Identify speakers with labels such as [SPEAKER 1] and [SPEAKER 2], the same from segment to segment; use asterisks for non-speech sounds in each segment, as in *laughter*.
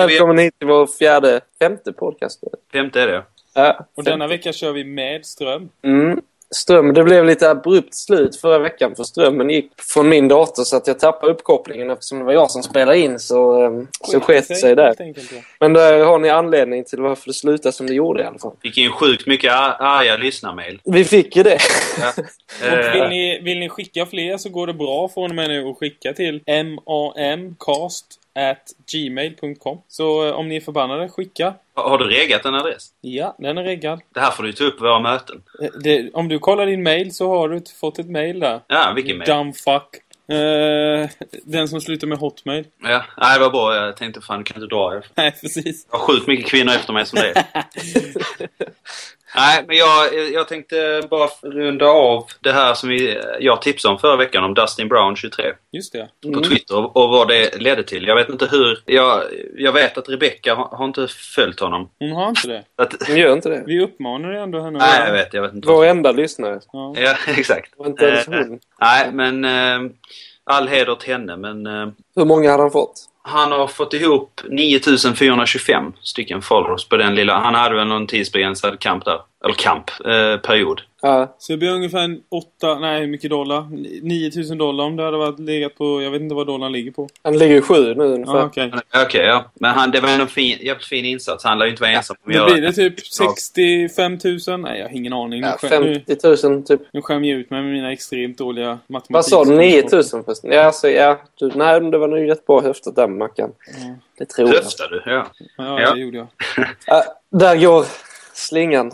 [SPEAKER 1] Välkommen hit till vår fjärde, femte podcast.
[SPEAKER 2] Femte är det.
[SPEAKER 1] Ja,
[SPEAKER 3] Och
[SPEAKER 1] femte.
[SPEAKER 3] denna vecka kör vi med ström.
[SPEAKER 1] Mm. Ström, det blev lite abrupt slut förra veckan för strömmen gick från min dator så att jag tappade uppkopplingen eftersom det var jag som spelade in så, ehm, så sket det sig där.
[SPEAKER 3] helt enkelt, ja.
[SPEAKER 1] Men där har ni anledning till varför det slutade som det gjorde i alla fall.
[SPEAKER 2] Fick in sjukt mycket ar- arga lyssnarmail.
[SPEAKER 1] Vi fick ju det. *laughs*
[SPEAKER 2] Ja.
[SPEAKER 3] Och vill
[SPEAKER 2] Eh,
[SPEAKER 3] ni, vill ni skicka fler så går det bra från och med nu att skicka till mamcast at gmail.com Så eh, om ni är förbannade, skicka.
[SPEAKER 2] har du reggat en adress?
[SPEAKER 3] Ja, den är reggad.
[SPEAKER 2] Det här får du ta upp på våra möten.
[SPEAKER 3] Eh, Det, om du kollar din mail så har du ett- fått ett mail där.
[SPEAKER 2] Ja, vilken mail.
[SPEAKER 3] Dumb fuck. Eh, den som slutar med hotmail. *laughs*
[SPEAKER 2] Ja. Nej, vad bra. Jag tänkte fan, kan du dra?
[SPEAKER 3] Nej, precis.
[SPEAKER 2] Jag har sjukt mycket kvinnor efter mig som det är.
[SPEAKER 3] *laughs*
[SPEAKER 2] Nej, men jag, jag tänkte bara runda av det här som vi, jag tipsade om förra veckan, om Dustin Brown 23.
[SPEAKER 3] Just det.
[SPEAKER 2] på Twitter och, och vad det ledde till. Jag vet inte hur... Jag, jag vet att Rebecca har, har inte följt honom.
[SPEAKER 3] Hon har inte det.
[SPEAKER 2] Att,
[SPEAKER 1] Men gör inte det.
[SPEAKER 3] Vi uppmanar ju ändå henne.
[SPEAKER 2] nej, jag vet, jag vet inte.
[SPEAKER 1] Vår enda lyssnare.
[SPEAKER 3] Ja.
[SPEAKER 2] Ja, *laughs* exakt.
[SPEAKER 1] Och inte ens
[SPEAKER 2] Eh,
[SPEAKER 1] hon.
[SPEAKER 2] nej, men... Eh, all heder till henne, men... Eh,
[SPEAKER 1] Hur många hade han fått?
[SPEAKER 2] han har fått ihop 9425 stycken followers på den lilla... Han hade väl någon tidsbegränsad kamp där. Eller kamp. Eh, period.
[SPEAKER 1] Ja,
[SPEAKER 3] Så det blir ungefär en åtta, nej hur mycket dollar? 9000 dollar om det hade varit legat på, jag vet inte vad dollarn ligger på.
[SPEAKER 1] han ligger ju sju nu ungefär.
[SPEAKER 3] Ja, okej.
[SPEAKER 2] Okej, ja. Men han, det var en fin, jävligt fin insats. Han lär ju inte vara ensam om att
[SPEAKER 3] Då
[SPEAKER 2] göra
[SPEAKER 3] blir det typ 65 000? Nej, jag har ingen aning. Nu,
[SPEAKER 1] Ja,
[SPEAKER 3] skäm, nu,
[SPEAKER 1] 50 000 typ.
[SPEAKER 3] nu skämmer jag ut mig med mina extremt dåliga matematik.
[SPEAKER 1] Vad sa du? 9000 förresten? Ja, alltså, ja. Du, nej, men det var nog jättebra höftat där Mackan.
[SPEAKER 3] Ja.
[SPEAKER 1] Det tror jag.
[SPEAKER 2] Höftar du? Ja.
[SPEAKER 3] Ja,
[SPEAKER 2] Ja.
[SPEAKER 3] det gjorde jag.
[SPEAKER 1] Ja, Äh, där går slingan.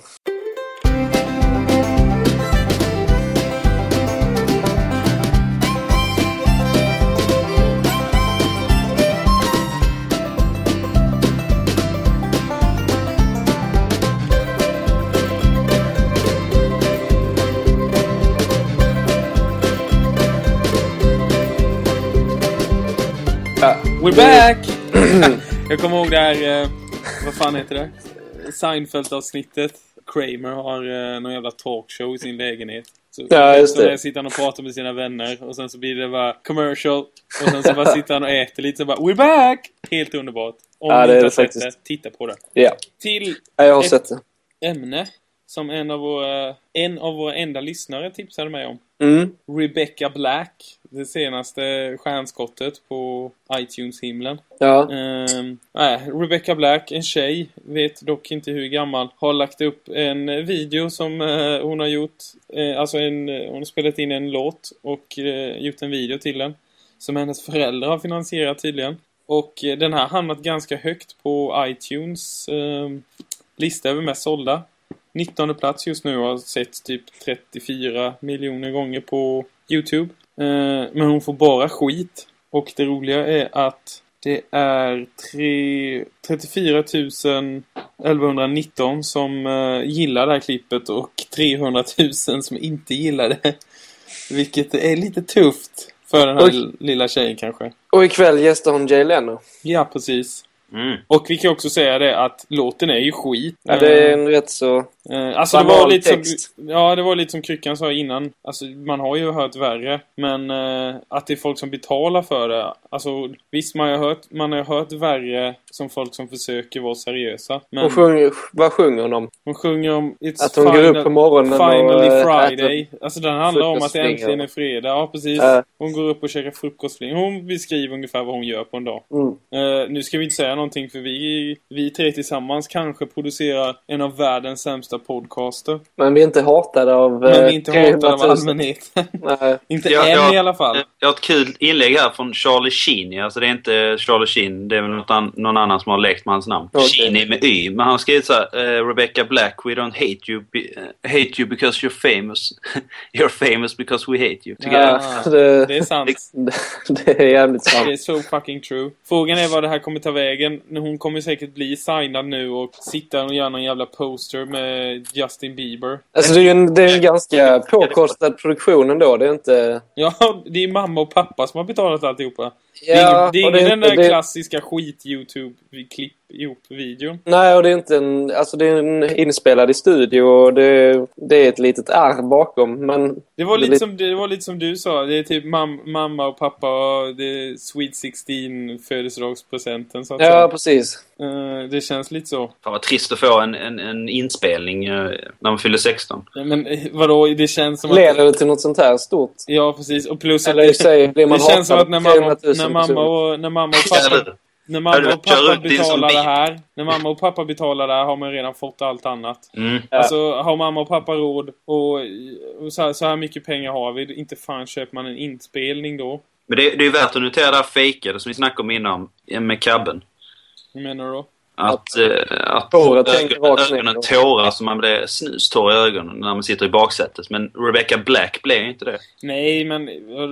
[SPEAKER 1] Ja,
[SPEAKER 3] Äh,
[SPEAKER 1] *clears throat*
[SPEAKER 3] We're back! jag kommer ihåg det här, eh, vad fan heter det? Seinfeld-avsnittet. Kramer har eh, någon jävla talkshow i sin lägenhet. Så,
[SPEAKER 1] Ja, just
[SPEAKER 3] så
[SPEAKER 1] det.
[SPEAKER 3] där sitter han och pratar med sina vänner och sen så blir det bara commercial och sen så bara sitter han och äter lite så bara We're back! Helt underbart. Om
[SPEAKER 1] Ja,
[SPEAKER 3] ni
[SPEAKER 1] det
[SPEAKER 3] inte
[SPEAKER 1] är
[SPEAKER 3] har
[SPEAKER 1] det
[SPEAKER 3] sett det,
[SPEAKER 1] faktiskt.
[SPEAKER 3] titta på det.
[SPEAKER 1] ja.
[SPEAKER 3] Till
[SPEAKER 1] Ja, jag har
[SPEAKER 3] Ett-
[SPEAKER 1] sett det.
[SPEAKER 3] ämne som en av våra, en av våra enda lyssnare tipsade mig om.
[SPEAKER 1] Mm.
[SPEAKER 3] Rebecca Black, det senaste stjärnskottet på iTunes-himlen.
[SPEAKER 1] Ja.
[SPEAKER 3] Ehm, nej, Rebecca Black, en tjej, vet dock inte hur gammal, har lagt upp en video som eh, hon har gjort. eh, alltså en, eh, hon har spelat in en låt och eh, gjort en video till den. Som hennes föräldrar har finansierat tydligen. Och eh, den här har hamnat ganska högt på iTunes ehm, lista över mest sålda. 19 plats just nu och har sett typ 34 miljoner gånger på Youtube. Eh, men hon får bara skit. Och det roliga är att det är tre- 34 1119 som eh, gillar det här klippet och 300 000 som inte gillar det. Vilket är lite tufft för den här
[SPEAKER 1] Oj.
[SPEAKER 3] lilla tjejen kanske.
[SPEAKER 1] Och ikväll gästar hon Jay Leno.
[SPEAKER 3] Ja, precis.
[SPEAKER 2] Mm.
[SPEAKER 3] Och vi kan också säga det att låten är ju skit.
[SPEAKER 1] Ja, det är en rätt så...
[SPEAKER 3] Eh, Alltså det
[SPEAKER 1] Banal
[SPEAKER 3] var lite
[SPEAKER 1] text.
[SPEAKER 3] som, Ja, det var lite som Kryckan sa innan. Alltså man har ju hört värre. Men eh, att det är folk som betalar för det. Alltså visst, man har hört, man har hört värre som folk som försöker vara seriösa. Men
[SPEAKER 1] Hon sjunger, vad sjunger hon om?
[SPEAKER 3] hon sjunger om It's
[SPEAKER 1] Att hon går upp på morgonen
[SPEAKER 3] Finally
[SPEAKER 1] och, eh,
[SPEAKER 3] Friday. Alltså den handlar om att det
[SPEAKER 1] frukostflingor.
[SPEAKER 3] äntligen är fredag. Ja, precis.
[SPEAKER 1] Ja.
[SPEAKER 3] Hon går upp och käkar frukostfling. Hon beskriver ungefär vad hon gör på en dag.
[SPEAKER 1] Mm.
[SPEAKER 3] Eh, nu ska vi inte säga någonting för vi, vi tre tillsammans kanske producerar en av världens sämsta podcaster.
[SPEAKER 1] Men vi är inte hatade av
[SPEAKER 3] Men
[SPEAKER 1] eh,
[SPEAKER 3] vi är inte hatade av
[SPEAKER 1] 300 000.
[SPEAKER 3] allmänheten. *laughs*
[SPEAKER 1] Nej.
[SPEAKER 3] inte
[SPEAKER 2] Ja,
[SPEAKER 3] än
[SPEAKER 2] ja.
[SPEAKER 3] i alla fall.
[SPEAKER 2] Eh, Jag har ett kul inlägg här från Charlie Sheen. Alltså det är inte Charlie Sheen, det är väl något an- någon annan som har lekt med hans namn.
[SPEAKER 1] Okej.
[SPEAKER 2] Sheen är med Y. Men han har skrivit så här, eh, Rebecca Black, we don't hate you, be, eh, hate you because you're famous. *laughs* you're famous because we hate you. Tycker jag.
[SPEAKER 1] Ja, det,
[SPEAKER 3] Det är sant.
[SPEAKER 1] *laughs* det är jävligt
[SPEAKER 3] Det
[SPEAKER 1] sant.
[SPEAKER 3] är so fucking true. Frågan är vad det här kommer ta vägen. Hon kommer säkert bli signad nu och sitta och göra någon jävla poster med Justin Bieber.
[SPEAKER 1] Alltså det är ju en, det är en ganska påkostad produktion ändå. Det är inte...
[SPEAKER 3] Ja, det är mamma och pappa som har betalat alltihopa. Det är ingen,
[SPEAKER 1] Ja,
[SPEAKER 3] det är
[SPEAKER 1] och det
[SPEAKER 3] ingen
[SPEAKER 1] är
[SPEAKER 3] den
[SPEAKER 1] inte-
[SPEAKER 3] där
[SPEAKER 1] det-
[SPEAKER 3] klassiska skit-YouTube-klipp ihop videon.
[SPEAKER 1] Nej, och det är inte en, alltså det är en inspelad i studio och det, det är ett litet arr bakom. Men
[SPEAKER 3] Det
[SPEAKER 1] Det är
[SPEAKER 3] var, lite
[SPEAKER 1] lite-
[SPEAKER 3] som, det var lite som du sa, det är typ mam, mamma och pappa och det är Sweet 16 födelsedagspresenten så att
[SPEAKER 1] ja, precis.
[SPEAKER 3] säga. Eh, Det känns lite så.
[SPEAKER 2] Fan vad trist att få en, en, en inspelning eh, när man fyller 16.
[SPEAKER 3] Ja, Men eh, vadå, det känns som att...
[SPEAKER 1] Leder det till något sånt här stort?
[SPEAKER 3] Ja, precis. Och plus att
[SPEAKER 1] Eller i och för sig blir man
[SPEAKER 3] det känns som
[SPEAKER 1] hatad
[SPEAKER 3] att när
[SPEAKER 1] av 300
[SPEAKER 3] mamma,
[SPEAKER 1] 000
[SPEAKER 3] när mamma,
[SPEAKER 1] personer.
[SPEAKER 3] och, när mamma och
[SPEAKER 2] Eller
[SPEAKER 3] pappa
[SPEAKER 2] hur?
[SPEAKER 3] När mamma
[SPEAKER 2] Eller
[SPEAKER 3] och pappa
[SPEAKER 2] kör ut din som
[SPEAKER 3] betalar
[SPEAKER 2] bil.
[SPEAKER 3] det här, när mamma och pappa betalar det här har man redan fått allt annat.
[SPEAKER 2] Mm.
[SPEAKER 1] Ja.
[SPEAKER 3] Alltså, har mamma och pappa råd och, och så, här, så här mycket pengar har vi, inte fan köper man en inspelning då.
[SPEAKER 2] Men det, det är värt att notera det här fejkade som vi snackade om innan eh, med kabben.
[SPEAKER 3] Hur menar du då?
[SPEAKER 2] Att, eh, att
[SPEAKER 1] Tårar tänker
[SPEAKER 2] ögon,
[SPEAKER 1] rakt ner.
[SPEAKER 2] ögonen tårar så man blir snustorr i ögonen när man sitter i baksätet. Men Rebecca Black blev ju inte det.
[SPEAKER 3] Nej, men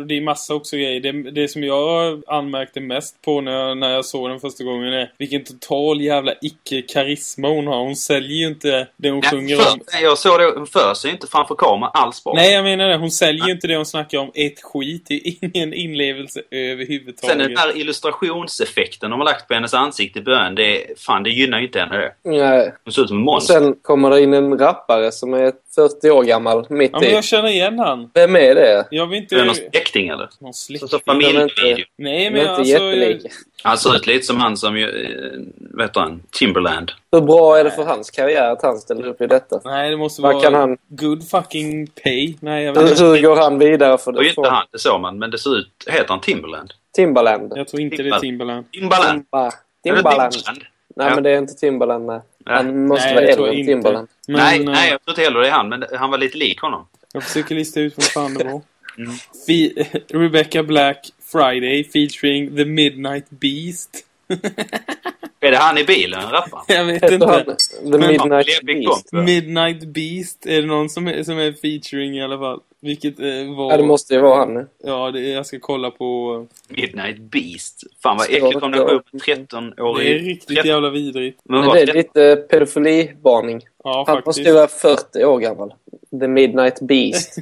[SPEAKER 3] det är massa också grejer. Det, det som jag anmärkte mest på när jag, när jag såg den första gången är vilken total jävla icke-karisma hon har. Hon säljer ju inte det hon sjunger
[SPEAKER 2] för,
[SPEAKER 3] om.
[SPEAKER 2] nej, jag såg det. Hon för sig inte framför kameran alls bra.
[SPEAKER 3] Nej, jag menar det. Hon säljer ju inte det hon snackar om ett skit. Det är ingen inlevelse överhuvudtaget.
[SPEAKER 2] Sen den här illustrationseffekten de har lagt på hennes ansikte i början, det, fan, det gynnar ju inte henne det.
[SPEAKER 1] Nej.
[SPEAKER 2] Hon ser ut som en
[SPEAKER 1] Och
[SPEAKER 2] monster.
[SPEAKER 1] sen kommer det in en rappare som är 40 år gammal mitt
[SPEAKER 3] Ja, men
[SPEAKER 1] i.
[SPEAKER 3] jag känner igen han.
[SPEAKER 1] Vem är det?
[SPEAKER 3] Jag vill inte...
[SPEAKER 2] Är det någon släkting eller?
[SPEAKER 3] Någon
[SPEAKER 2] Som
[SPEAKER 3] släkt.
[SPEAKER 2] tar
[SPEAKER 1] Men inte-
[SPEAKER 2] familjevideo.
[SPEAKER 3] Nej,
[SPEAKER 1] De
[SPEAKER 3] men
[SPEAKER 1] är inte
[SPEAKER 3] alltså...
[SPEAKER 1] jättelika.
[SPEAKER 2] Han ser ut lite som han som ju, eh, vet han, Timberland.
[SPEAKER 1] Hur bra är det för hans karriär att han ställer upp i detta?
[SPEAKER 3] Nej, det måste
[SPEAKER 1] Vad
[SPEAKER 3] vara...
[SPEAKER 1] kan han- Alltså-
[SPEAKER 3] Good fucking pay. Nej, jag vet inte.
[SPEAKER 1] Hur hur går han vidare för
[SPEAKER 2] Och
[SPEAKER 1] det?
[SPEAKER 2] inte han, det såg man, men det ser ut... Heter han Timberland?
[SPEAKER 1] Timbaland.
[SPEAKER 3] Jag tror inte det är Timbaland.
[SPEAKER 2] Timbaland!
[SPEAKER 1] Timba.
[SPEAKER 2] Är det
[SPEAKER 1] Timbaland.
[SPEAKER 2] Timbaland?
[SPEAKER 1] Nej,
[SPEAKER 2] Ja.
[SPEAKER 1] men det är inte Timbaland. Nej.
[SPEAKER 2] Nej.
[SPEAKER 1] Han måste
[SPEAKER 3] Nej,
[SPEAKER 1] vara
[SPEAKER 3] jag tror
[SPEAKER 1] äldre än
[SPEAKER 3] inte.
[SPEAKER 1] Timbaland.
[SPEAKER 3] Men,
[SPEAKER 2] nej,
[SPEAKER 3] eh,
[SPEAKER 2] nej, jag tror inte heller det är han, men han var lite lik honom.
[SPEAKER 3] Jag försöker lista ut vad fan det var.
[SPEAKER 2] Mm.
[SPEAKER 3] Fe- Rebecca Black Friday featuring The Midnight Beast. *laughs*
[SPEAKER 2] Är det han i bilen, rapparen?
[SPEAKER 3] jag vet
[SPEAKER 1] Heter han
[SPEAKER 3] inte.
[SPEAKER 1] The Midnight
[SPEAKER 2] Levig
[SPEAKER 1] Beast?
[SPEAKER 2] komp.
[SPEAKER 3] Midnight Beast är det någon som är, som är featuring i alla fall. Vilket eh, var...
[SPEAKER 1] Ja, det måste ju vara han.
[SPEAKER 3] Ja, det, jag ska kolla på...
[SPEAKER 2] Midnight Beast. Fan vad
[SPEAKER 1] Står
[SPEAKER 2] äcklig
[SPEAKER 1] det
[SPEAKER 2] kombination.
[SPEAKER 1] där?
[SPEAKER 2] 13
[SPEAKER 3] Det är
[SPEAKER 2] årig
[SPEAKER 3] riktigt jävla vidrigt.
[SPEAKER 2] Men
[SPEAKER 1] Men
[SPEAKER 2] vad
[SPEAKER 1] det är lite pedofilivarning.
[SPEAKER 3] Ja,
[SPEAKER 1] Han måste
[SPEAKER 3] faktiskt.
[SPEAKER 1] ju vara 40 år gammal. The Midnight Beast.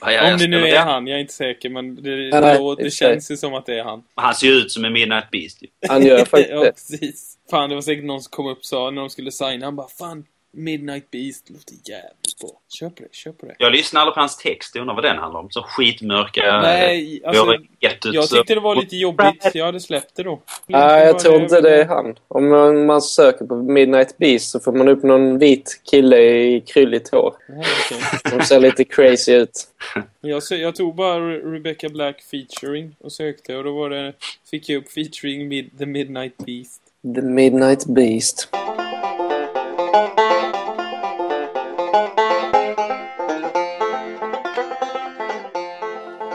[SPEAKER 2] Ja, jag
[SPEAKER 3] Om det nu
[SPEAKER 2] ställer
[SPEAKER 3] är
[SPEAKER 2] det.
[SPEAKER 3] han, jag är inte säker, men det,
[SPEAKER 1] Ja, nej,
[SPEAKER 3] då, det
[SPEAKER 1] det-
[SPEAKER 3] känns ju som att det är han.
[SPEAKER 2] Han ser ju ut som en Midnight Beast. ju.
[SPEAKER 1] Han
[SPEAKER 3] *laughs*
[SPEAKER 1] gör faktiskt
[SPEAKER 3] ja,
[SPEAKER 1] det.
[SPEAKER 3] precis. Fan, det var säkert någon som kom upp och sa när de skulle signa, han bara Fan, Midnight Beast låter jävligt bra. Kör på det, kör på det.
[SPEAKER 2] Jag lyssnade aldrig på hans text. Jag undrar vad den handlar om. Så skitmörka...
[SPEAKER 3] Nej, alltså,
[SPEAKER 2] jag, gett ut,
[SPEAKER 3] Jag
[SPEAKER 2] så-
[SPEAKER 3] tyckte det var lite jobbigt, jag hade släppt det då.
[SPEAKER 1] Nej, jag
[SPEAKER 3] Var
[SPEAKER 1] tror inte det är han. Om man- man söker på Midnight Beast så får man upp någon vit kille i krylligt hår.
[SPEAKER 3] Nej, okej.
[SPEAKER 1] Som ser lite crazy ut.
[SPEAKER 3] Jag, sö- jag tog bara Re- Rebecca Black featuring och sökte och då var det, fick jag upp featuring mid, The Midnight Beast.
[SPEAKER 1] The Midnight Beast.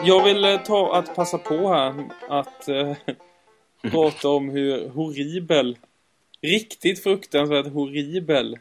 [SPEAKER 3] Jag vill eh, ta att passa på här att eh, *laughs* prata om hur horribel, riktigt fruktansvärt horribel,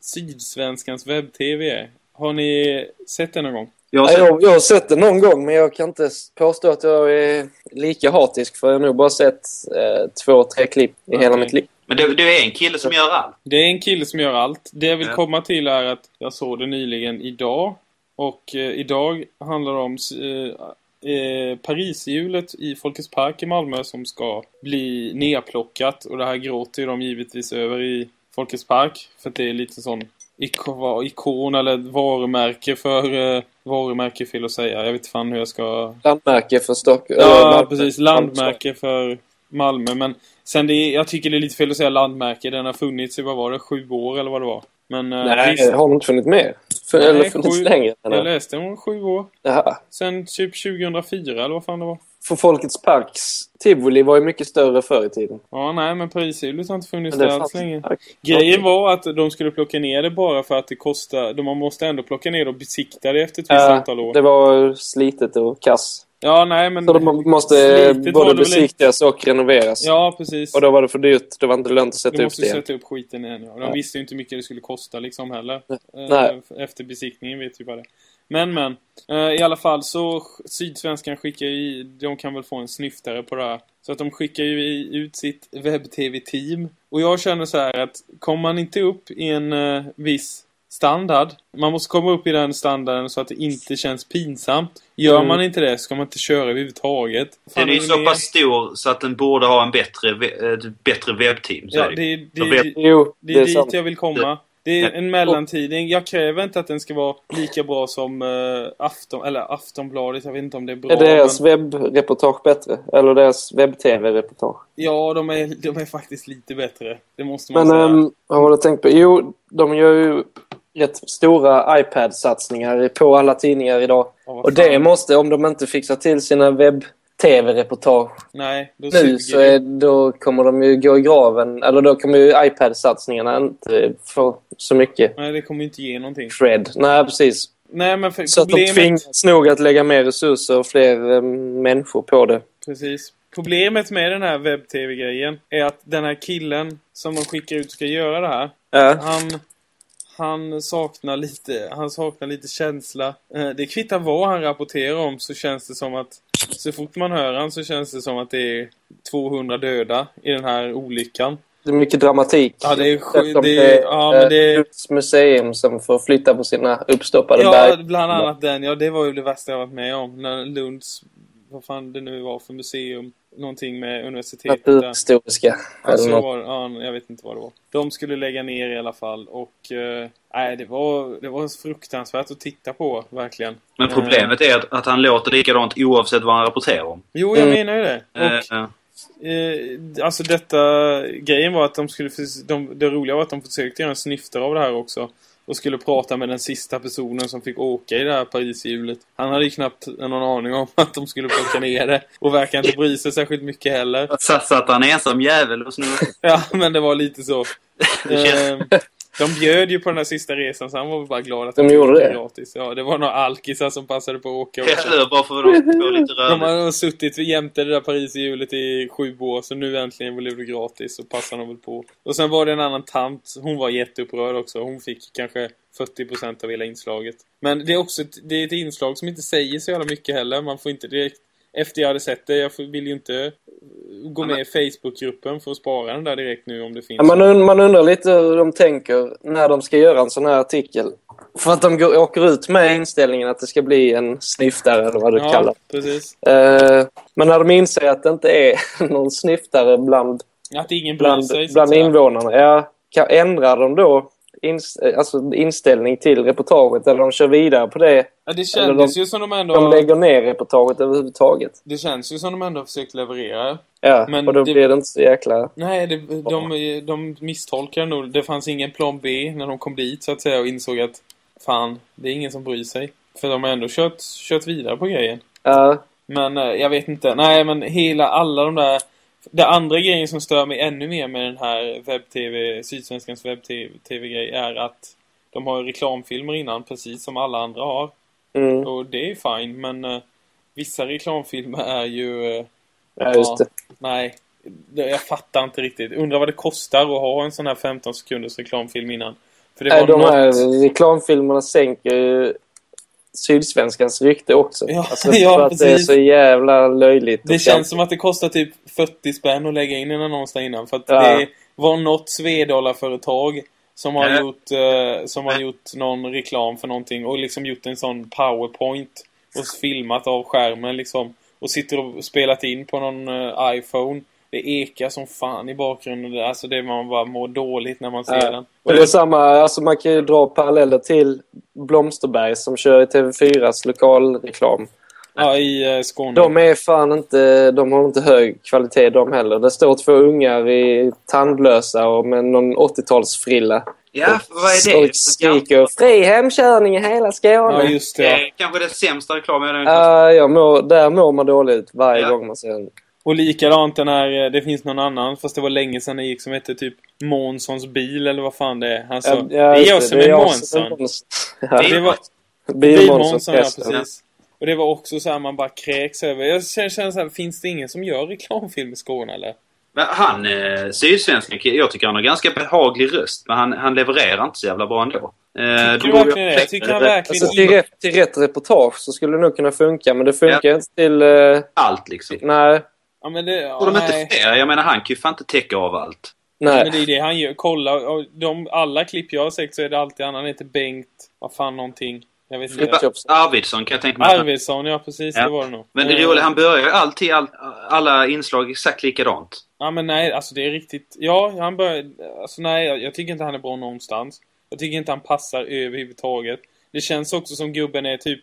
[SPEAKER 3] Sydsvenskans webb-tv är. Har ni sett den någon gång?
[SPEAKER 2] Jag har
[SPEAKER 1] Ja,
[SPEAKER 2] sett-
[SPEAKER 1] Jag, jag har sett det någon gång, men jag kan inte s- påstå att jag är lika hatisk. För jag har nog bara sett eh, två, tre klipp i hela
[SPEAKER 3] Okej.
[SPEAKER 1] mitt liv.
[SPEAKER 2] Men det, det är en kille som gör allt.
[SPEAKER 3] Det är en kille som gör allt. Det jag vill
[SPEAKER 2] Ja.
[SPEAKER 3] komma till är att jag såg det nyligen idag. Och eh, idag handlar det om eh, eh, Parishjulet i Folkets Park i Malmö som ska bli nerplockat. Och det här gråter ju de givetvis över i Folkets Park. För att det är lite sån iko- va- ikon eller ett varumärke för... Eh, varumärke fel att säga. Jag vet fan hur jag ska...
[SPEAKER 1] Landmärke för Stockholm.
[SPEAKER 3] Ja, precis. Landmärke för Malmö. Men sen det är, jag tycker det är lite fel att säga landmärke. Den har funnits i, vad var det, sju år eller vad det var. Men eh,
[SPEAKER 1] Nej,
[SPEAKER 3] visst,
[SPEAKER 1] har de inte funnit mer? För,
[SPEAKER 3] Nej,
[SPEAKER 1] eller funnits
[SPEAKER 3] sju-
[SPEAKER 1] längre? än det?
[SPEAKER 3] jag läste om sju år.
[SPEAKER 1] Jaha.
[SPEAKER 3] Sen typ 2004 eller vad fan det var.
[SPEAKER 1] För Folkets Parks tivoli var ju mycket större förr i tiden.
[SPEAKER 3] Ja, nej, men Parishjulet har inte funnits
[SPEAKER 1] Men
[SPEAKER 3] där
[SPEAKER 1] det
[SPEAKER 3] alls
[SPEAKER 1] fanns-
[SPEAKER 3] länge.
[SPEAKER 1] Okej.
[SPEAKER 3] Grejen var att de skulle plocka ner det bara för att det kostar... De man måste ändå plocka ner det och besikta det efter ett visst
[SPEAKER 1] Ja,
[SPEAKER 3] antal år.
[SPEAKER 1] det var slitet och kass.
[SPEAKER 3] Ja, nej, men...
[SPEAKER 1] Så de måste
[SPEAKER 3] Slitet var det
[SPEAKER 1] både
[SPEAKER 3] väl
[SPEAKER 1] besiktigas och renoveras.
[SPEAKER 3] Ja, precis.
[SPEAKER 1] Och då var det för dyrt. Det var inte lönt att sätta
[SPEAKER 3] Du
[SPEAKER 1] upp
[SPEAKER 3] måste
[SPEAKER 1] det igen.
[SPEAKER 3] sätta upp skiten igen. ja. Och de
[SPEAKER 1] Ja.
[SPEAKER 3] visste ju inte hur mycket det skulle kosta liksom heller.
[SPEAKER 1] Nej.
[SPEAKER 3] Eh, Efter besiktningen vet vi bara det. Men men. Eh, I alla fall så sk- Sydsvenskan skickar ju De kan väl få en snyftare på det här. Så att de skickar ju i- ut sitt webb-tv-team. Och jag känner så här att kommer man inte upp i en eh, viss standard. Man måste komma upp i den standarden så att det inte känns pinsamt. Gör
[SPEAKER 1] Mm.
[SPEAKER 3] man inte det så ska man inte köra överhuvudtaget.
[SPEAKER 2] Den är ju
[SPEAKER 3] Fan,
[SPEAKER 2] så pass stor så att den borde ha en bättre, we- ett bättre webbteam. Så
[SPEAKER 3] Ja,
[SPEAKER 2] är det. ju.
[SPEAKER 3] det, det,
[SPEAKER 2] Jag vet-
[SPEAKER 3] det,
[SPEAKER 1] Jo, det är
[SPEAKER 3] är dit
[SPEAKER 1] sant.
[SPEAKER 3] jag vill komma. Det är en mellantidning. Jag kräver inte att den ska vara lika bra som eh, Afton, eller Aftonbladet. Jag vet inte om det är bra.
[SPEAKER 1] Är alltså- deras
[SPEAKER 3] men,
[SPEAKER 1] webbreportage bättre? Eller deras webb-tv-reportage?
[SPEAKER 3] ja, de är, de är faktiskt lite bättre. Det måste man
[SPEAKER 1] Men ehm,
[SPEAKER 3] säga.
[SPEAKER 1] äm, vad var det jag tänkt på? Jo, de gör ju rätt stora iPad-satsningar på alla tidningar idag.
[SPEAKER 3] Ja, vad
[SPEAKER 1] Och
[SPEAKER 3] fan.
[SPEAKER 1] det måste, om de inte fixar till sina webb-tv-reportage
[SPEAKER 3] Nej, då
[SPEAKER 1] nu så
[SPEAKER 3] suger det.
[SPEAKER 1] är, då kommer de ju gå i graven. Eller då kommer ju iPad-satsningarna inte få så mycket
[SPEAKER 3] Nej, det kommer ju inte ge någonting.
[SPEAKER 1] cred. Nej, precis.
[SPEAKER 3] Nej, men för
[SPEAKER 1] Så att de
[SPEAKER 3] problemet...
[SPEAKER 1] tvingas nog att lägga mer resurser och fler äm, människor på det.
[SPEAKER 3] Precis. Problemet med den här webb-tv-grejen är att den här killen som de skickar ut ska göra det här,
[SPEAKER 1] Ja.
[SPEAKER 3] han, han, saknar, lite, han saknar lite känsla. Eh, Det kvittar vad han rapporterar om så känns det som att så fort man hör han så känns det som att det är 200 döda i den här olyckan.
[SPEAKER 1] Det är mycket dramatik.
[SPEAKER 3] Ja, det är sju,
[SPEAKER 1] Eftersom
[SPEAKER 3] det, ja, men det,
[SPEAKER 1] eh, Lunds museum som får flytta på sina uppstoppade
[SPEAKER 3] Ja,
[SPEAKER 1] berg.
[SPEAKER 3] bland annat den. Ja, det var ju det värsta jag varit med om. När Lunds, vad fan det nu var för museum, någonting med universitetet där.
[SPEAKER 1] Naturhistoriska.
[SPEAKER 3] Ja, så
[SPEAKER 1] eller något.
[SPEAKER 3] var, det. Alltså, ja, jag vet inte vad det var. De skulle lägga ner i alla fall och... Eh, nej, det var, det var fruktansvärt att titta på, verkligen.
[SPEAKER 2] Men problemet är att, att han låter likadant oavsett vad han rapporterar om.
[SPEAKER 3] Jo, jag
[SPEAKER 1] Mm.
[SPEAKER 3] menar ju det. Och,
[SPEAKER 2] Eh,
[SPEAKER 3] Eh, alltså detta... Grejen var att de skulle... förs- De, det roliga var att de försökte göra en snyfter av det här också. Och skulle prata med den sista personen som fick åka i det här Parishjulet. Han hade ju knappt någon aning om att de skulle plocka ner det. Och verkar inte bry sig särskilt mycket heller.
[SPEAKER 2] Satt satt han ensam jävel och snurrade.
[SPEAKER 3] Ja, men det var
[SPEAKER 1] *laughs*
[SPEAKER 3] lite så.
[SPEAKER 2] Det känns-
[SPEAKER 3] Eh, De bjöd ju på den här sista resan så han var väl bara glad att
[SPEAKER 1] De
[SPEAKER 3] han
[SPEAKER 1] gjorde
[SPEAKER 3] fick den
[SPEAKER 1] det?
[SPEAKER 3] gratis. Ja, det var några alkisar som passade på att åka också.
[SPEAKER 2] Eller bara för att de ska få lite
[SPEAKER 3] De
[SPEAKER 2] rörligt.
[SPEAKER 3] har suttit jämte det där Pariserhjulet i sju år så nu äntligen blev det gratis så passade de väl på. Och sen var det en annan tant, hon var jätteupprörd också. Hon fick kanske 40% av hela inslaget. Men det är också ett, det är ett inslag som inte säger så jävla mycket heller. Man får inte direkt... Efter jag hade sett det, jag får- vill ju inte eh, gå med i Facebookgruppen för att spara den där direkt nu om det finns.
[SPEAKER 1] Ja, Man, und- man undrar lite hur de tänker när de ska göra en sån här artikel. För att de går, åker ut med inställningen att det ska bli en snyftare eller vad du kallar
[SPEAKER 3] ja,
[SPEAKER 1] det.
[SPEAKER 3] precis.
[SPEAKER 1] Eh, men när de inser att det inte är *laughs* någon snyftare bland,
[SPEAKER 3] Att ingen bryr
[SPEAKER 1] bland,
[SPEAKER 3] sig. så att
[SPEAKER 1] bland
[SPEAKER 3] säga.
[SPEAKER 1] invånarna, ja, kan, ändrar de då ins, eh, alltså inställning till reportaget eller de kör vidare på det?
[SPEAKER 3] Ja, det
[SPEAKER 1] eller
[SPEAKER 3] kändes ju som de ändå...
[SPEAKER 1] De lägger ner reportaget överhuvudtaget.
[SPEAKER 3] Det känns ju som de ändå har försökt leverera.
[SPEAKER 1] Ja,
[SPEAKER 3] Men
[SPEAKER 1] och då
[SPEAKER 3] det-
[SPEAKER 1] blir det inte så jäkla...
[SPEAKER 3] Nej, det, de, de misstolkar nog. Det fanns ingen plan B när de kom dit så att säga och insåg att fan, det är ingen som bryr sig. För de har ändå kört, kört vidare på grejen.
[SPEAKER 1] Ja,
[SPEAKER 3] Men eh, jag vet inte. Nej, men hela alla de där... Det andra grejen som stör mig ännu mer med den här webb-tv, Sydsvenskans webb-tv-grej är att de har reklamfilmer innan, precis som alla andra har.
[SPEAKER 1] mm,
[SPEAKER 3] Och det är fine, men eh, vissa reklamfilmer är ju... eh,
[SPEAKER 1] ja just det.
[SPEAKER 3] Nej, det- jag fattar inte riktigt. Undrar vad det kostar att ha en sån här 15 sekunders reklamfilm innan. För det var
[SPEAKER 1] Nej, de
[SPEAKER 3] något...
[SPEAKER 1] här reklamfilmerna sänker ju Sydsvenskans rykte också.
[SPEAKER 3] Ja,
[SPEAKER 1] alltså,
[SPEAKER 3] *laughs* ja,
[SPEAKER 1] för att det är
[SPEAKER 3] precis.
[SPEAKER 1] så jävla löjligt.
[SPEAKER 3] Det
[SPEAKER 1] och
[SPEAKER 3] känns som att det kostar typ 40 spänn att lägga in en annons där innan. För att
[SPEAKER 1] Ja.
[SPEAKER 3] det var något Svedala-företag som har,
[SPEAKER 2] Ja.
[SPEAKER 3] gjort, eh, som har gjort någon reklam för någonting och liksom gjort en sån powerpoint och filmat av skärmen liksom. Och sitter och spelat in på någon eh, iPhone. Det ekar som fan i bakgrunden. Alltså det man bara mår dåligt när man ser
[SPEAKER 1] Ja.
[SPEAKER 3] den.
[SPEAKER 1] Och det är samma, alltså man kan ju dra paralleller till Blomsterberg som kör i TV4s
[SPEAKER 3] Mm.
[SPEAKER 1] lokalreklam.
[SPEAKER 3] Ja, i eh, Skåne.
[SPEAKER 1] De är fan inte, de har inte hög kvalitet de heller. Det står två ungar i tandlösa och med någon 80-talsfrilla.
[SPEAKER 2] Ja, vad är
[SPEAKER 1] Och
[SPEAKER 2] det?
[SPEAKER 1] skriker fri hemkörning i hela Skåne.
[SPEAKER 3] Ja, just det.
[SPEAKER 2] Det
[SPEAKER 3] Ja.
[SPEAKER 2] är eh, kanske den sämsta reklamen jag någonsin
[SPEAKER 1] Ja, jag mår, där mår man dåligt varje
[SPEAKER 2] Ja.
[SPEAKER 1] gång man ser den.
[SPEAKER 3] Och likadant den här, eh, det finns någon annan, fast det var länge sedan den gick, som hette typ Månssons bil eller vad fan det är. Han sa, det är jag
[SPEAKER 1] just
[SPEAKER 3] som är Månsson.
[SPEAKER 1] Ja,
[SPEAKER 3] Det var Bil
[SPEAKER 1] Bilmånsson,
[SPEAKER 3] Månsson, ja
[SPEAKER 1] förresten.
[SPEAKER 3] precis. Och det var också så här man bara kräks över. Jag känner, känner så här, finns det ingen som gör reklamfilm i Skåne eller?
[SPEAKER 2] Men han, eh, sydsvenskan, jag tycker han har ganska behaglig röst. Men han, han levererar inte så jävla bra ändå. Eh,
[SPEAKER 3] Tycker
[SPEAKER 2] då-
[SPEAKER 3] du verkligen det? Jag tycker han verkligen
[SPEAKER 1] Alltså, till, rätt, till rätt reportage så skulle det nog kunna funka, men det funkar inte till... eh,
[SPEAKER 2] Allt liksom.
[SPEAKER 1] nej.
[SPEAKER 3] Ja men det, ja,
[SPEAKER 2] Får de inte
[SPEAKER 3] Mm. nej.
[SPEAKER 2] fler? Jag menar, han kan ju fan inte täcka av allt.
[SPEAKER 1] Nej.
[SPEAKER 3] Men det är det han gör. Kolla, och de, alla klipp jag har sett så är det alltid han. Han heter Bengt, vad fan någonting. Jag vet inte.
[SPEAKER 1] Fritiof-
[SPEAKER 4] Arvidsson kan jag tänka mig. att han-
[SPEAKER 3] Arvidsson, ja precis,
[SPEAKER 4] Ja.
[SPEAKER 3] det var det nog.
[SPEAKER 4] Men det
[SPEAKER 3] Eh,
[SPEAKER 4] roliga, han börjar ju alltid all, alla inslag exakt likadant.
[SPEAKER 3] Ja men nej, alltså det är riktigt... Ja, han börjar... Alltså nej, jag, jag tycker inte han är bra någonstans. Jag tycker inte han passar överhuvudtaget. Det känns också som gubben är typ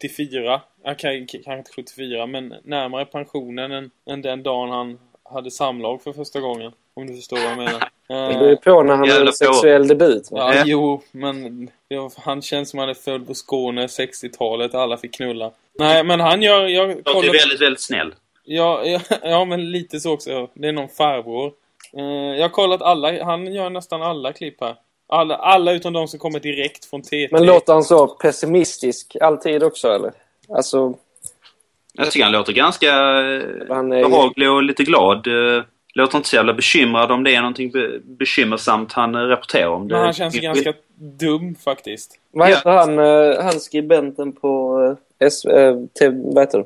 [SPEAKER 3] 74. Ja, kan- kanske inte 74, men närmare pensionen än, än den dagen han hade samlag för första gången. Om du förstår vad jag menar.
[SPEAKER 1] Det
[SPEAKER 3] Eh,
[SPEAKER 1] beror ju på när han
[SPEAKER 4] Jävla
[SPEAKER 1] gör en
[SPEAKER 4] på.
[SPEAKER 1] sexuell debut. va?
[SPEAKER 3] Ja,
[SPEAKER 4] Ja.
[SPEAKER 3] jo, men ja, han känns som han är född på Skåne 60-talet, alla fick knulla. Nej, men han gör... Jag
[SPEAKER 4] Låter ju
[SPEAKER 3] kollar,
[SPEAKER 4] väldigt, väldigt snäll.
[SPEAKER 3] ja, *laughs* ja, ja, men lite så också. Det är någon farbror. Eh, jag har kollat alla, han gör nästan alla klipp här. Alla, alla utom de som kommer direkt från TT.
[SPEAKER 1] Men låter han så pessimistisk alltid också, eller? Alltså,
[SPEAKER 4] Jag tycker han låter ganska eh,
[SPEAKER 1] Han är ju-
[SPEAKER 4] behaglig och lite glad. eh, Låter inte så jävla bekymrad om det är någonting be- bekymmersamt han eh, rapporterar om. Det.
[SPEAKER 3] men han känns ju ganska dum faktiskt.
[SPEAKER 1] vad
[SPEAKER 4] Ja.
[SPEAKER 1] heter han, eh, han skribenten på eh, S, eh, TV, vad heter det?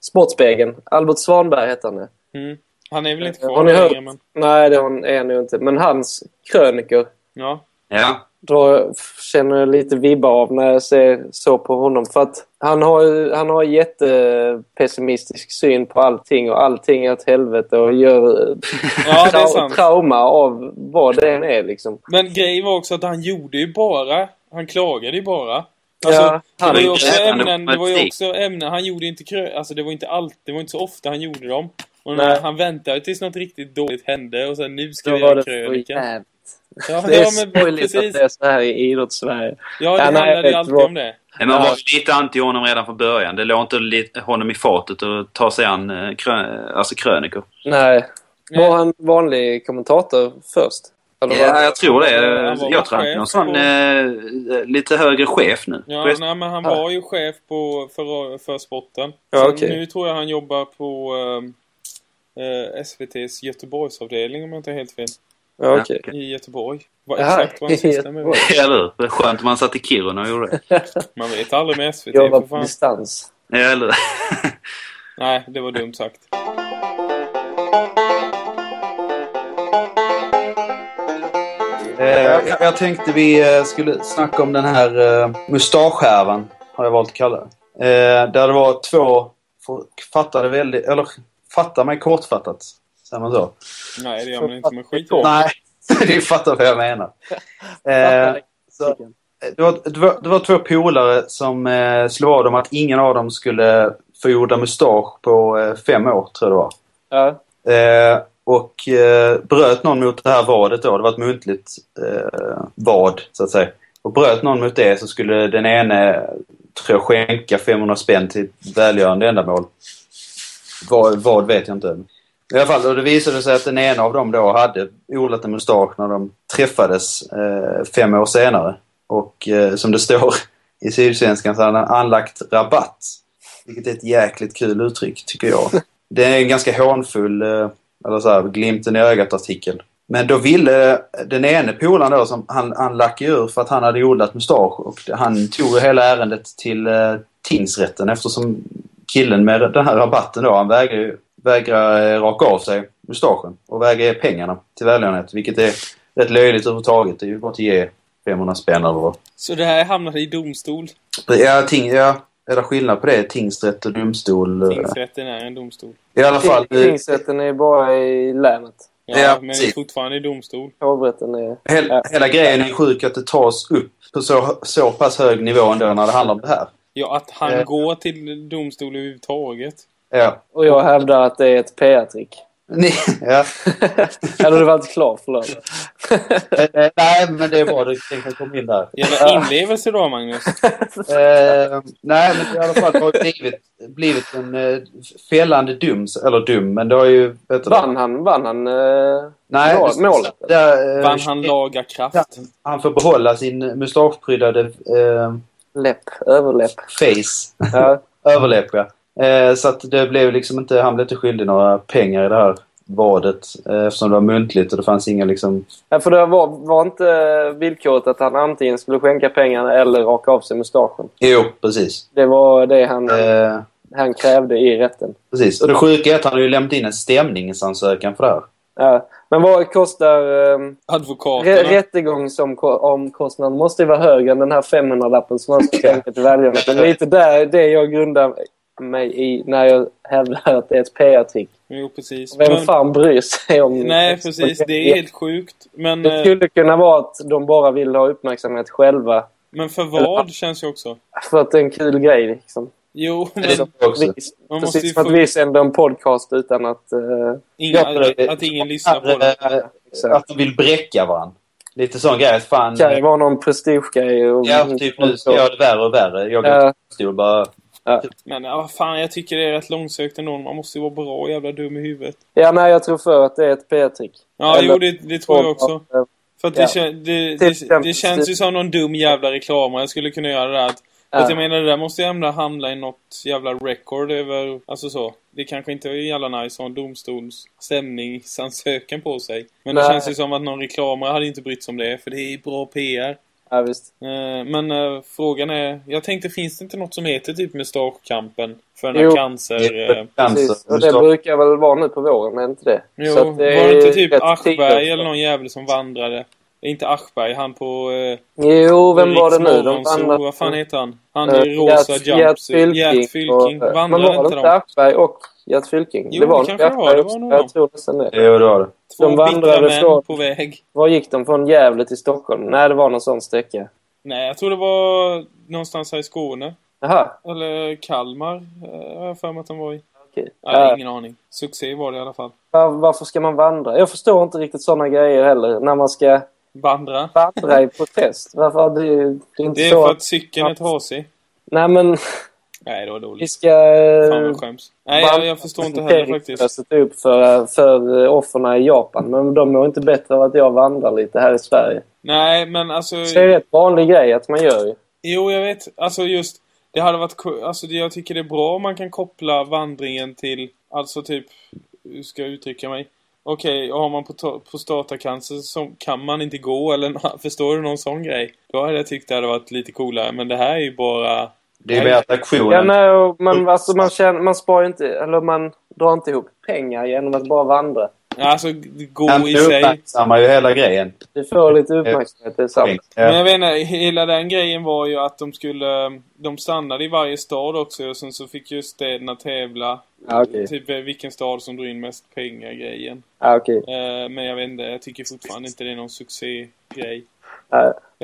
[SPEAKER 1] Sportspegeln? Albert Svanberg heter han, ja.
[SPEAKER 3] Mm. Han är väl inte
[SPEAKER 1] Har
[SPEAKER 3] kvar
[SPEAKER 1] ni
[SPEAKER 3] längre,
[SPEAKER 1] hört?
[SPEAKER 3] men...
[SPEAKER 1] Nej, det har han- är han ju inte. Men hans kröniker
[SPEAKER 3] Ja.
[SPEAKER 4] Ja.
[SPEAKER 1] drar, jag- f- känner jag lite vibbar av när jag ser så på honom. För att han har ju- han har jättepessimistisk syn på allting och allting är åt helvete och gör eh,
[SPEAKER 3] *laughs* ja, det är
[SPEAKER 1] trau-
[SPEAKER 3] sant.
[SPEAKER 1] trauma av vad det än är liksom.
[SPEAKER 3] Men grejen var också att han gjorde ju bara... Han klagade ju bara.
[SPEAKER 1] Ja, han
[SPEAKER 3] Alltså, det var ju
[SPEAKER 4] är
[SPEAKER 3] också
[SPEAKER 4] inte-
[SPEAKER 3] ämnen, det var ju
[SPEAKER 4] matematik.
[SPEAKER 3] också ämnen, han gjorde inte krö... Alltså det var inte allt, det var inte så ofta han gjorde dem. Och
[SPEAKER 1] Nej.
[SPEAKER 3] när han väntade tills något riktigt dåligt hände och sen nu ska
[SPEAKER 1] Då
[SPEAKER 3] vi
[SPEAKER 1] var
[SPEAKER 3] göra
[SPEAKER 1] det för
[SPEAKER 3] krönika.
[SPEAKER 1] jävligt.
[SPEAKER 3] Ja,
[SPEAKER 1] Det är
[SPEAKER 3] ja, men
[SPEAKER 1] sorgligt att det är så här i idrottssverige.
[SPEAKER 3] Ja,
[SPEAKER 1] Ja,
[SPEAKER 3] det
[SPEAKER 1] nej,
[SPEAKER 3] handlade ju
[SPEAKER 1] jag
[SPEAKER 3] alltid
[SPEAKER 1] tror-
[SPEAKER 3] om det.
[SPEAKER 4] Men Man
[SPEAKER 1] Ja.
[SPEAKER 4] var ju lite anti honom redan från början. Det låg inte li- honom i fatet att ta sig an eh, krö- alltså krönikor.
[SPEAKER 1] Nej.
[SPEAKER 3] Nej.
[SPEAKER 1] Var han vanlig kommentator först? Eller
[SPEAKER 4] Ja,
[SPEAKER 1] var...
[SPEAKER 4] jag tror det.
[SPEAKER 3] Han var
[SPEAKER 4] Jag tror han
[SPEAKER 3] chef
[SPEAKER 4] är någon sån
[SPEAKER 3] på-
[SPEAKER 4] eh, lite högre chef nu.
[SPEAKER 3] Ja,
[SPEAKER 4] Chef-
[SPEAKER 3] nej, men han
[SPEAKER 1] Ja.
[SPEAKER 3] var ju chef på, för, för sporten.
[SPEAKER 1] Ja,
[SPEAKER 3] Sen
[SPEAKER 1] okej.
[SPEAKER 3] Nu tror jag han jobbar på eh, eh, SVTs Göteborgsavdelning om jag inte är helt fel.
[SPEAKER 1] Ja, okej.
[SPEAKER 3] I Göteborg. Vad,
[SPEAKER 1] Jaha,
[SPEAKER 3] exakt vad han sysslar med.
[SPEAKER 1] *laughs* Göteborg.
[SPEAKER 4] Eller hur? Det är Skönt om han satt i Kiruna och gjorde det.
[SPEAKER 3] Man vet aldrig med SVT.
[SPEAKER 1] Jag var
[SPEAKER 3] För
[SPEAKER 1] på
[SPEAKER 3] fan.
[SPEAKER 1] distans.
[SPEAKER 4] Ja, Eller
[SPEAKER 3] Nej, det var dumt sagt.
[SPEAKER 2] Eh, Jag, jag tänkte vi eh, skulle snacka om den här eh, mustaschhärvan, har jag valt att kalla det. Eh, där det var två, folk fattade väldigt, eller fattar mig kortfattat, säger man så?
[SPEAKER 3] Nej, det gör man inte med skit.
[SPEAKER 2] Nej, *laughs* ni fattar vad jag menar. Eh, så, eh, det, var, det, var, det var två polare som eh, slog vad om att ingen av dem skulle få gjorda mustasch på eh, fem år, tror jag det var.
[SPEAKER 1] Ja.
[SPEAKER 2] Eh, och eh, bröt någon mot det här vadet då, det var ett muntligt eh, vad så att säga. Och bröt någon mot det så skulle den ene, tror jag, skänka 500 spänn till ett välgörande ändamål. Vad, vad vet jag inte. I alla fall, och det visade sig att den ena av dem då hade odlat en mustasch när de träffades eh, fem år senare. Och eh, som det står i Sydsvenskan så hade han anlagt rabatt. Vilket är ett jäkligt kul uttryck, tycker jag. Det är en ganska hånfull, eh, eller så här, glimten i ögat-artikel. Men då ville eh, den ene polaren då, som han, han lack ur för att han hade odlat mustasch och han tog hela ärendet till eh, tingsrätten eftersom killen med den här rabatten då, han vägrar, ju- vägrar eh, raka av sig mustaschen och vägrar ge pengarna till välgörenhet vilket är rätt löjligt överhuvudtaget. Det är ju bara att ge 500 spänn eller vad.
[SPEAKER 3] Så det här hamnade i domstol.
[SPEAKER 2] Ja, ting, ja, är det skillnad på det? Tingsrätt och domstol? eh,
[SPEAKER 3] Tingsrätten är en domstol.
[SPEAKER 2] I alla fall. eh,
[SPEAKER 1] Tingsrätten är bara i länet.
[SPEAKER 3] Ja,
[SPEAKER 2] Ja,
[SPEAKER 3] men
[SPEAKER 2] precis.
[SPEAKER 3] fortfarande i domstol.
[SPEAKER 1] Hovrätten är...
[SPEAKER 2] Hela,
[SPEAKER 1] Ja.
[SPEAKER 2] hela grejen är sjuk att det tas upp på så, så pass hög nivå ändå när det handlar om det här.
[SPEAKER 3] Ja, att han
[SPEAKER 2] Eh.
[SPEAKER 3] går till domstol överhuvudtaget.
[SPEAKER 2] Ja.
[SPEAKER 1] Och jag hävdar att det är ett PR-trick.
[SPEAKER 2] *laughs* Ni, ja.
[SPEAKER 1] Eller du var inte klar, förlåt.
[SPEAKER 2] Eh, nej, men det är bra. Du tänkte komma in där.
[SPEAKER 3] Jävla inlevelse då, Magnus.
[SPEAKER 2] Eh, nej, men i alla fall det har blivit, blivit en eh, fällande dum. Eller dum, men det har ju... Vet du,
[SPEAKER 1] Vann han? Vann han? eh,
[SPEAKER 2] Nej,
[SPEAKER 1] mål- målet?
[SPEAKER 2] Där, eh,
[SPEAKER 3] Vann han laga kraft?
[SPEAKER 2] han får behålla sin mustaschpryddade eh,
[SPEAKER 1] Läpp? Överläpp?
[SPEAKER 2] face.
[SPEAKER 1] Ja.
[SPEAKER 2] Överläpp, ja. Eh, så att det blev liksom inte, han blev inte skyldig några pengar i det här vadet eh, eftersom det var muntligt och det fanns inga liksom...
[SPEAKER 1] Ja, för det var, var inte villkoret att han antingen skulle skänka pengarna eller raka av sig mustaschen.
[SPEAKER 2] Jo, precis.
[SPEAKER 1] Det var det han,
[SPEAKER 2] Eh,
[SPEAKER 1] han krävde i rätten.
[SPEAKER 2] precis. Och det sjuka är att han har ju lämnat in en stämningsansökan för det här.
[SPEAKER 1] Ja. Men vad kostar eh,
[SPEAKER 3] Advokaterna.
[SPEAKER 1] re- rättegångsomkostnaden? Måste ju vara högre än den här 500-lappen som han ska skänka till väljarna. Det är lite där det jag grundar mig i när jag hävdar att det är ett PR-trick.
[SPEAKER 3] Jo, precis.
[SPEAKER 1] Vem
[SPEAKER 3] Men-
[SPEAKER 1] fan bryr sig om...
[SPEAKER 3] Nej, precis. Det är helt sjukt. Men,
[SPEAKER 1] Det
[SPEAKER 3] eh,
[SPEAKER 1] skulle kunna vara att de bara vill ha uppmärksamhet själva.
[SPEAKER 3] men för vad känns ju också.
[SPEAKER 1] För att det är en kul grej liksom.
[SPEAKER 3] Jo, men
[SPEAKER 2] det-
[SPEAKER 5] Också.
[SPEAKER 1] Vi,
[SPEAKER 3] man måste ju
[SPEAKER 1] precis som att
[SPEAKER 3] få
[SPEAKER 1] vi sänder en podcast utan att... eh,
[SPEAKER 3] inga,
[SPEAKER 5] Ja,
[SPEAKER 3] att ingen lyssnar på det.
[SPEAKER 5] Eh,
[SPEAKER 1] exakt.
[SPEAKER 5] Att de vill bräcka varandra. Lite sån grej. att Fan,
[SPEAKER 1] Det kan ju vara någon prestigegrej. och-
[SPEAKER 5] ja, typ nu ska jag göra det värre och värre. Jag går
[SPEAKER 1] Ja.
[SPEAKER 5] till domstol bara.
[SPEAKER 3] Men ah, fan, jag tycker det är rätt långsökt ändå. Man måste ju vara bra och jävla dum i huvudet.
[SPEAKER 1] Ja, nej, jag tror för att det är ett PR-trick.
[SPEAKER 3] Ja,
[SPEAKER 1] Eller-
[SPEAKER 3] jo, det, det tror jag också. För att det,
[SPEAKER 1] Ja. Typ
[SPEAKER 3] kän, det,
[SPEAKER 1] Till
[SPEAKER 3] det, det
[SPEAKER 1] exempel-
[SPEAKER 3] känns ju som någon dum jävla reklamare Jag skulle kunna göra det här. För Att jag menar, det där måste ju ändå hamna i något jävla record över... Alltså så. Det kanske inte är jävla nice att ha en domstolsstämningsansökan på sig. Men det
[SPEAKER 1] Nej.
[SPEAKER 3] känns ju som att någon reklamare hade inte brytt sig om det, för det är bra PR.
[SPEAKER 1] Ja, visst.
[SPEAKER 3] Eh, Men eh, frågan är... Jag tänkte, finns det inte något som heter typ mustaschkampen? För den
[SPEAKER 1] Jo.
[SPEAKER 3] här cancer... eh,
[SPEAKER 1] Precis.
[SPEAKER 5] Cancer.
[SPEAKER 1] Och det brukar väl vara nu på våren, är inte det?
[SPEAKER 3] Jo,
[SPEAKER 1] Så att
[SPEAKER 3] var det inte
[SPEAKER 1] är alltså.
[SPEAKER 3] typ
[SPEAKER 1] rätt
[SPEAKER 3] Aschberg
[SPEAKER 1] tidlöst.
[SPEAKER 3] eller någon jävel som vandrade? Inte Aschberg, han på... Eh,
[SPEAKER 1] Jo, vem var det nu?
[SPEAKER 3] Riksmorgon,
[SPEAKER 1] De
[SPEAKER 3] så,
[SPEAKER 1] andra...
[SPEAKER 3] Vad fan heter han? Han
[SPEAKER 1] Eh,
[SPEAKER 3] i rosa
[SPEAKER 1] Gert-
[SPEAKER 3] jumpsuit.
[SPEAKER 1] Gert
[SPEAKER 3] Gert
[SPEAKER 1] Fylking.
[SPEAKER 3] Fylking.
[SPEAKER 1] och- eh, Men
[SPEAKER 3] Vandrade
[SPEAKER 1] var det
[SPEAKER 3] inte
[SPEAKER 1] inte
[SPEAKER 3] de?
[SPEAKER 1] Aschberg och Gert Fylking?
[SPEAKER 3] Jo,
[SPEAKER 1] det
[SPEAKER 3] det
[SPEAKER 1] var
[SPEAKER 3] kanske det var. Det
[SPEAKER 1] Aschberg
[SPEAKER 3] var
[SPEAKER 1] också.
[SPEAKER 3] nog de.
[SPEAKER 1] Jag tror nästan det.
[SPEAKER 5] Jo, det var det.
[SPEAKER 3] Två
[SPEAKER 1] de
[SPEAKER 3] bittra
[SPEAKER 1] vandrade
[SPEAKER 3] män
[SPEAKER 1] från-
[SPEAKER 3] på väg.
[SPEAKER 1] Var gick de? Från Gävle till Stockholm? Nej, det var någon sån sträcka.
[SPEAKER 3] Nej, jag tror det var någonstans här i Skåne.
[SPEAKER 1] Jaha,
[SPEAKER 3] Eller Kalmar, eh, har jag för mig att de var i.
[SPEAKER 1] okej.
[SPEAKER 3] Nej,
[SPEAKER 1] Ja,
[SPEAKER 3] ingen aning. Succé var det i alla fall.
[SPEAKER 1] var- varför ska man vandra? Jag förstår inte riktigt såna grejer heller. När man ska
[SPEAKER 3] Vandra.
[SPEAKER 1] vandra i protest. Varför har du... Det är inte
[SPEAKER 3] Det är
[SPEAKER 1] så
[SPEAKER 3] för
[SPEAKER 1] att...
[SPEAKER 3] att cykeln är trasig.
[SPEAKER 1] Nej, men
[SPEAKER 3] Nej, det var
[SPEAKER 1] vi
[SPEAKER 3] dåligt.
[SPEAKER 1] ska... eh,
[SPEAKER 3] Fan, vad jag skäms. Nej, jag, jag förstår inte heller faktiskt.
[SPEAKER 1] Jag sätter upp typ för, för offren i Japan. Men de mår inte bättre av att jag vandrar lite här i Sverige.
[SPEAKER 3] Nej, men alltså...
[SPEAKER 1] Så det är en rätt vanlig grej att man gör ju.
[SPEAKER 3] Jo, jag vet. Alltså just, det hade varit ku- alltså det, jag tycker det är bra om man kan koppla vandringen till, alltså typ, hur ska jag uttrycka mig? Okej, har man pota- prostatacancer så kan man inte gå eller nå- *laughs* förstår du någon sån grej? Då hade jag tyckt det hade varit lite coolare, men det här är ju bara...
[SPEAKER 5] Det är mer att aktionen...
[SPEAKER 1] Ja, nej, och man, alltså, man, tjänar, man sparar ju inte... Eller man drar inte ihop pengar genom att bara vandra.
[SPEAKER 3] Alltså, gå
[SPEAKER 5] Han
[SPEAKER 3] i sig.
[SPEAKER 5] uppmärksammar ju hela grejen.
[SPEAKER 1] Du får lite
[SPEAKER 5] Eh,
[SPEAKER 1] uppmärksamhet, det är sant.
[SPEAKER 5] Ja.
[SPEAKER 3] Men jag vet inte, hela den grejen var ju att de skulle... De stannade i varje stad också och sen så fick ju städerna tävla.
[SPEAKER 1] Ja, okej.
[SPEAKER 3] Typ eh, vilken stad som drog in mest pengar-grejen.
[SPEAKER 1] Ja, okej.
[SPEAKER 3] Eh, men jag vet inte, jag tycker fortfarande inte det är någon succégrej.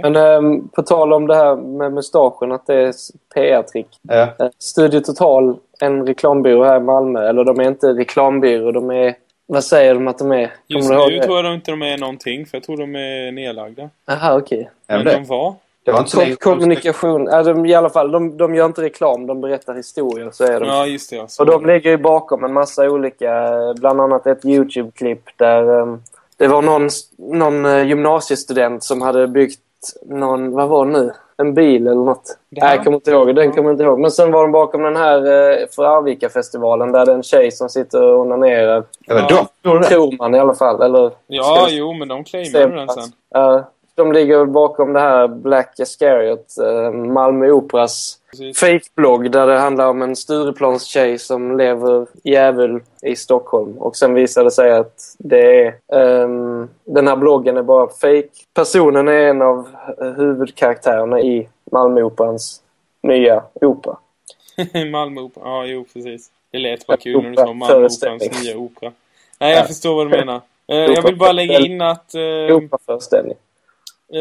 [SPEAKER 1] Men ehm, på tal om det här med mustaschen, att det är s- PR-trick.
[SPEAKER 5] Ja.
[SPEAKER 1] Eh, Studio Total, en reklambyrå här i Malmö. Eller de är inte reklambyrå, de är... Vad säger de att de är?
[SPEAKER 3] Just
[SPEAKER 1] du
[SPEAKER 3] nu
[SPEAKER 1] ihåg det?
[SPEAKER 3] tror jag de inte de är någonting, för jag tror de är nedlagda.
[SPEAKER 1] Aha, okej.
[SPEAKER 5] Ja, men
[SPEAKER 3] men
[SPEAKER 5] det,
[SPEAKER 3] de var.
[SPEAKER 5] det var inte så
[SPEAKER 1] Kom,
[SPEAKER 5] länge
[SPEAKER 1] kommunikation. Ja, de, I alla fall, de, de gör inte reklam, de berättar historier. Så är de.
[SPEAKER 3] Ja, just det. Alltså.
[SPEAKER 1] Och de ligger ju bakom en massa olika, eh, bland annat ett YouTube-klipp där eh, det var någon, någon eh, gymnasiestudent som hade byggt någon, vad var det nu? En bil eller något.
[SPEAKER 3] Det här?
[SPEAKER 1] Nej, jag kommer inte ihåg. Den kommer jag inte ihåg. Men sen var de bakom den här eh, för Arvika-festivalen där det är en tjej som sitter och onanerar.
[SPEAKER 5] Ja, men de gjorde det.
[SPEAKER 1] Tror man i alla fall. Eller,
[SPEAKER 3] Ja, jo, men de claimade den sen.
[SPEAKER 1] Ja, de ligger bakom det här Black Iscariot, eh, Malmö Operas
[SPEAKER 3] Precis.
[SPEAKER 1] fake-blogg där det handlar om en Stureplanstjej som lever djävul i Stockholm. Och sen visar det sig att det är, ehm, den här bloggen är bara fake. Personen är en av eh, huvudkaraktärerna i Malmöoperans nya opera.
[SPEAKER 3] *laughs* Malmö opera. Ja, jo, precis. Det lät bara kul när du
[SPEAKER 1] Opera,
[SPEAKER 3] sa Malmö
[SPEAKER 1] föreställning.
[SPEAKER 3] Operans nya opera. Nej, jag
[SPEAKER 1] Ja.
[SPEAKER 3] förstår vad du menar. Eh, jag vill bara lägga in att eh,
[SPEAKER 1] Operaföreställning.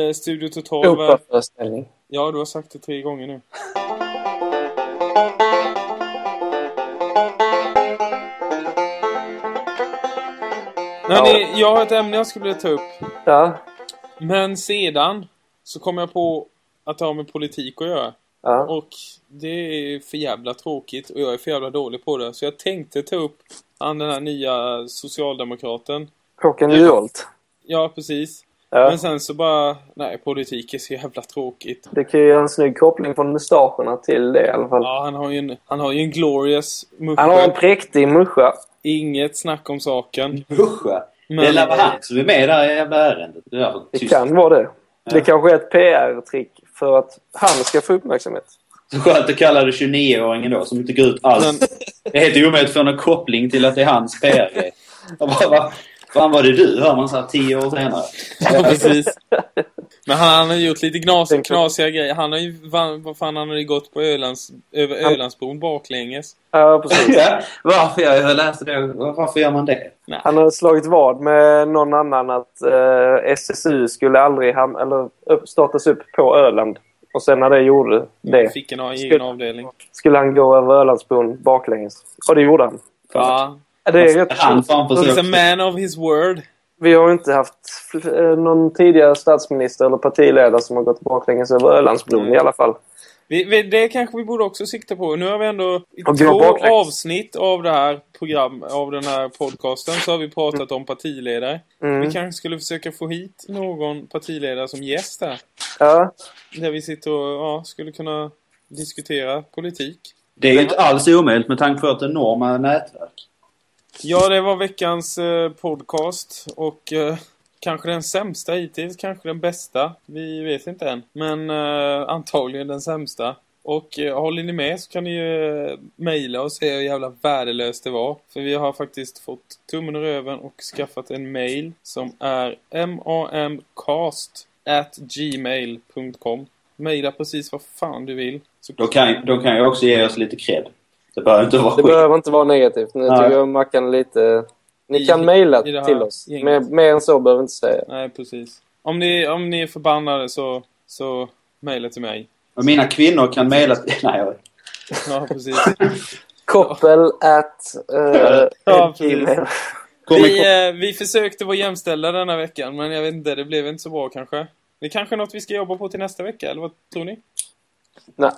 [SPEAKER 3] eh, Studio Total... var-
[SPEAKER 1] Operaföreställning.
[SPEAKER 3] Ja, du har sagt det tre gånger nu. Hörrni, jag har ett ämne jag skulle vilja ta upp.
[SPEAKER 1] Ja.
[SPEAKER 3] Men sedan så kom jag på att det har med politik att göra.
[SPEAKER 1] ja.
[SPEAKER 3] Och det är för jävla tråkigt och jag är för jävla dålig på det. Så jag tänkte ta upp han den här nya socialdemokraten.
[SPEAKER 1] Håkan Juholt.
[SPEAKER 3] Ja, precis.
[SPEAKER 1] Ja.
[SPEAKER 3] Men sen så bara... Nej, politik är så jävla tråkigt.
[SPEAKER 1] Det kan ju göra en snygg koppling från mustascherna till det i alla fall.
[SPEAKER 3] Ja, han har ju en, han har ju en glorious
[SPEAKER 1] Han har en
[SPEAKER 3] muschel.
[SPEAKER 1] präktig muscha.
[SPEAKER 3] Inget snack om saken.
[SPEAKER 5] Pusha. Det
[SPEAKER 3] Men,
[SPEAKER 5] lär vara han som är med där i jävla ärendet. Det där var
[SPEAKER 1] Det
[SPEAKER 5] tyst.
[SPEAKER 1] kan vara det. Det kanske är ett PR-trick för att han ska få uppmärksamhet.
[SPEAKER 5] Så skönt att kalla det 29-åringen då, som inte går ut alls.
[SPEAKER 3] men,
[SPEAKER 5] Det är helt omöjligt att få någon koppling till att det är hans PR-grej. Jag bara, va?
[SPEAKER 6] Fan var det du, hör man så här tio år senare.
[SPEAKER 5] *laughs*
[SPEAKER 3] Ja, precis. Men han, han har gjort lite gnas, knasiga grejer. Han har ju, van- vad fan, han har ju gått på Ölands, över
[SPEAKER 1] Han-
[SPEAKER 3] Ölandsbron baklänges.
[SPEAKER 1] Ja,
[SPEAKER 2] *laughs*
[SPEAKER 1] precis.
[SPEAKER 6] Ja, varför? Jag, jag läste det. Varför gör man det?
[SPEAKER 1] Han har slagit vad med någon annan att eh, SSU skulle aldrig ham- eller upp, startas upp på Öland. Och sen när det gjorde det
[SPEAKER 3] Fick en egen
[SPEAKER 1] Skulle-
[SPEAKER 3] avdelning.
[SPEAKER 1] skulle han gå över Ölandsbron baklänges. Och det gjorde han.
[SPEAKER 3] Ja.
[SPEAKER 1] Ja, Det är rätt
[SPEAKER 6] Han fan
[SPEAKER 3] He's a
[SPEAKER 6] försökte.
[SPEAKER 3] man of his word.
[SPEAKER 1] Vi har ju inte haft fl- eh, någon tidigare statsminister eller partiledare som har gått baklänges över Ölandsbron i alla fall.
[SPEAKER 3] Vi, vi, det kanske vi borde också sikta på. Nu har vi ändå i
[SPEAKER 1] Och
[SPEAKER 3] två
[SPEAKER 1] gå baklänges.
[SPEAKER 3] avsnitt av det här program, av den här podcasten, så har vi pratat om partiledare.
[SPEAKER 1] Mm.
[SPEAKER 3] Vi kanske skulle försöka få hit någon partiledare som gäst här.
[SPEAKER 1] Ja,
[SPEAKER 3] Där vi sitter och ja, skulle kunna diskutera politik.
[SPEAKER 6] Det är ju inte alls omöjligt med tanke på vårt enorma nätverk.
[SPEAKER 3] Ja, det var veckans eh, podcast och eh, kanske den sämsta hittills, kanske den bästa. Vi vet inte än, men eh, antagligen den sämsta. Och eh, håller ni med så kan ni ju eh, mejla och säga hur jävla värdelöst det var. För vi har faktiskt fått tummen ur öven och skaffat en mail som är mamcast at gmail.com Mejla precis vad fan du vill. Så
[SPEAKER 6] Då kan, då kan jag också ge oss lite cred. Det behöver inte vara
[SPEAKER 1] det
[SPEAKER 6] skit.
[SPEAKER 1] behöver inte vara negativt. Nu
[SPEAKER 6] Nej.
[SPEAKER 1] tycker jag Mackan lite... Ni
[SPEAKER 3] I-
[SPEAKER 1] kan mejla
[SPEAKER 3] i det här
[SPEAKER 1] till oss.
[SPEAKER 3] gänget.
[SPEAKER 1] Mer, mer än så behöver vi inte säga.
[SPEAKER 3] Nej, precis. Om ni, om ni är förbannade så, så mejla till mig.
[SPEAKER 6] Och mina kvinnor kan mejla... *laughs* Nej, jag vet.
[SPEAKER 3] Ja, precis.
[SPEAKER 1] Koppel at... eh,
[SPEAKER 3] Ja, precis.
[SPEAKER 1] gmail.
[SPEAKER 6] Kommer,
[SPEAKER 3] Vi, eh, vi försökte vara jämställda denna veckan, men jag vet inte, det blev inte så bra kanske. Det är kanske är något vi ska jobba på till nästa vecka, eller vad tror ni?
[SPEAKER 1] Nej.